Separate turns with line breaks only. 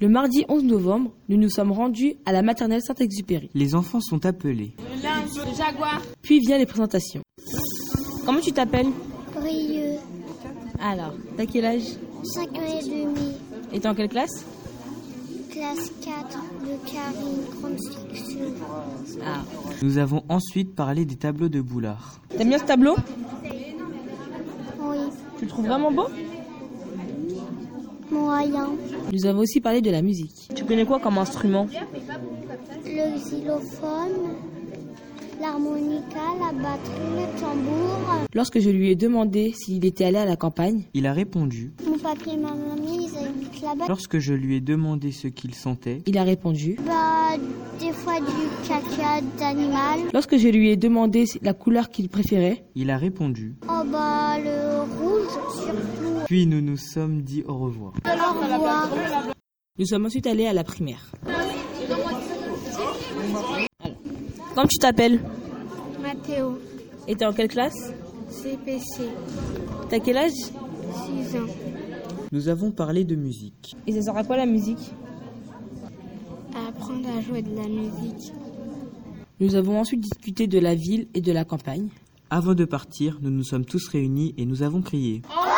Le mardi 11 novembre, nous nous sommes rendus à la maternelle Saint-Exupéry.
Les enfants sont appelés.
Le lynx, le jaguar.
Puis vient les présentations. Comment tu t'appelles
Brilleux,
Alors, t'as quel âge
5 ans et demi,
Et t'es en quelle classe
classe 4 de Karine, grande section.
Ah.
Nous avons ensuite parlé des tableaux de Boulard.
T'aimes bien ce tableau
Oui,
Tu le trouves vraiment beau
moyen,
Nous avons aussi parlé de la musique. Tu connais quoi comme instrument
le xylophone, l'harmonica, la batterie, le tambour.
Lorsque je lui ai demandé s'il était allé à la campagne,
Il a répondu.
Mon papier et ma mamie, ils habitent là-bas.
Lorsque je lui ai demandé ce qu'il sentait,
il a répondu.
Bah, des fois du caca d'animal.
Lorsque je lui ai demandé la couleur qu'il préférait,
il a répondu.
Oh bah, le rouge, surtout.
Puis nous nous sommes dit au revoir.
Au revoir.
nous sommes ensuite allés à la primaire. Alors, comment tu t'appelles
Mathéo,
Et t'es en quelle classe
CPC,
T'as quel âge
6 ans.
Nous avons parlé de musique.
Et ça sert à quoi la musique
Apprendre à jouer de la musique.
Nous avons ensuite discuté de la ville et de la campagne.
Avant de partir, nous nous sommes tous réunis et nous avons crié.
Oh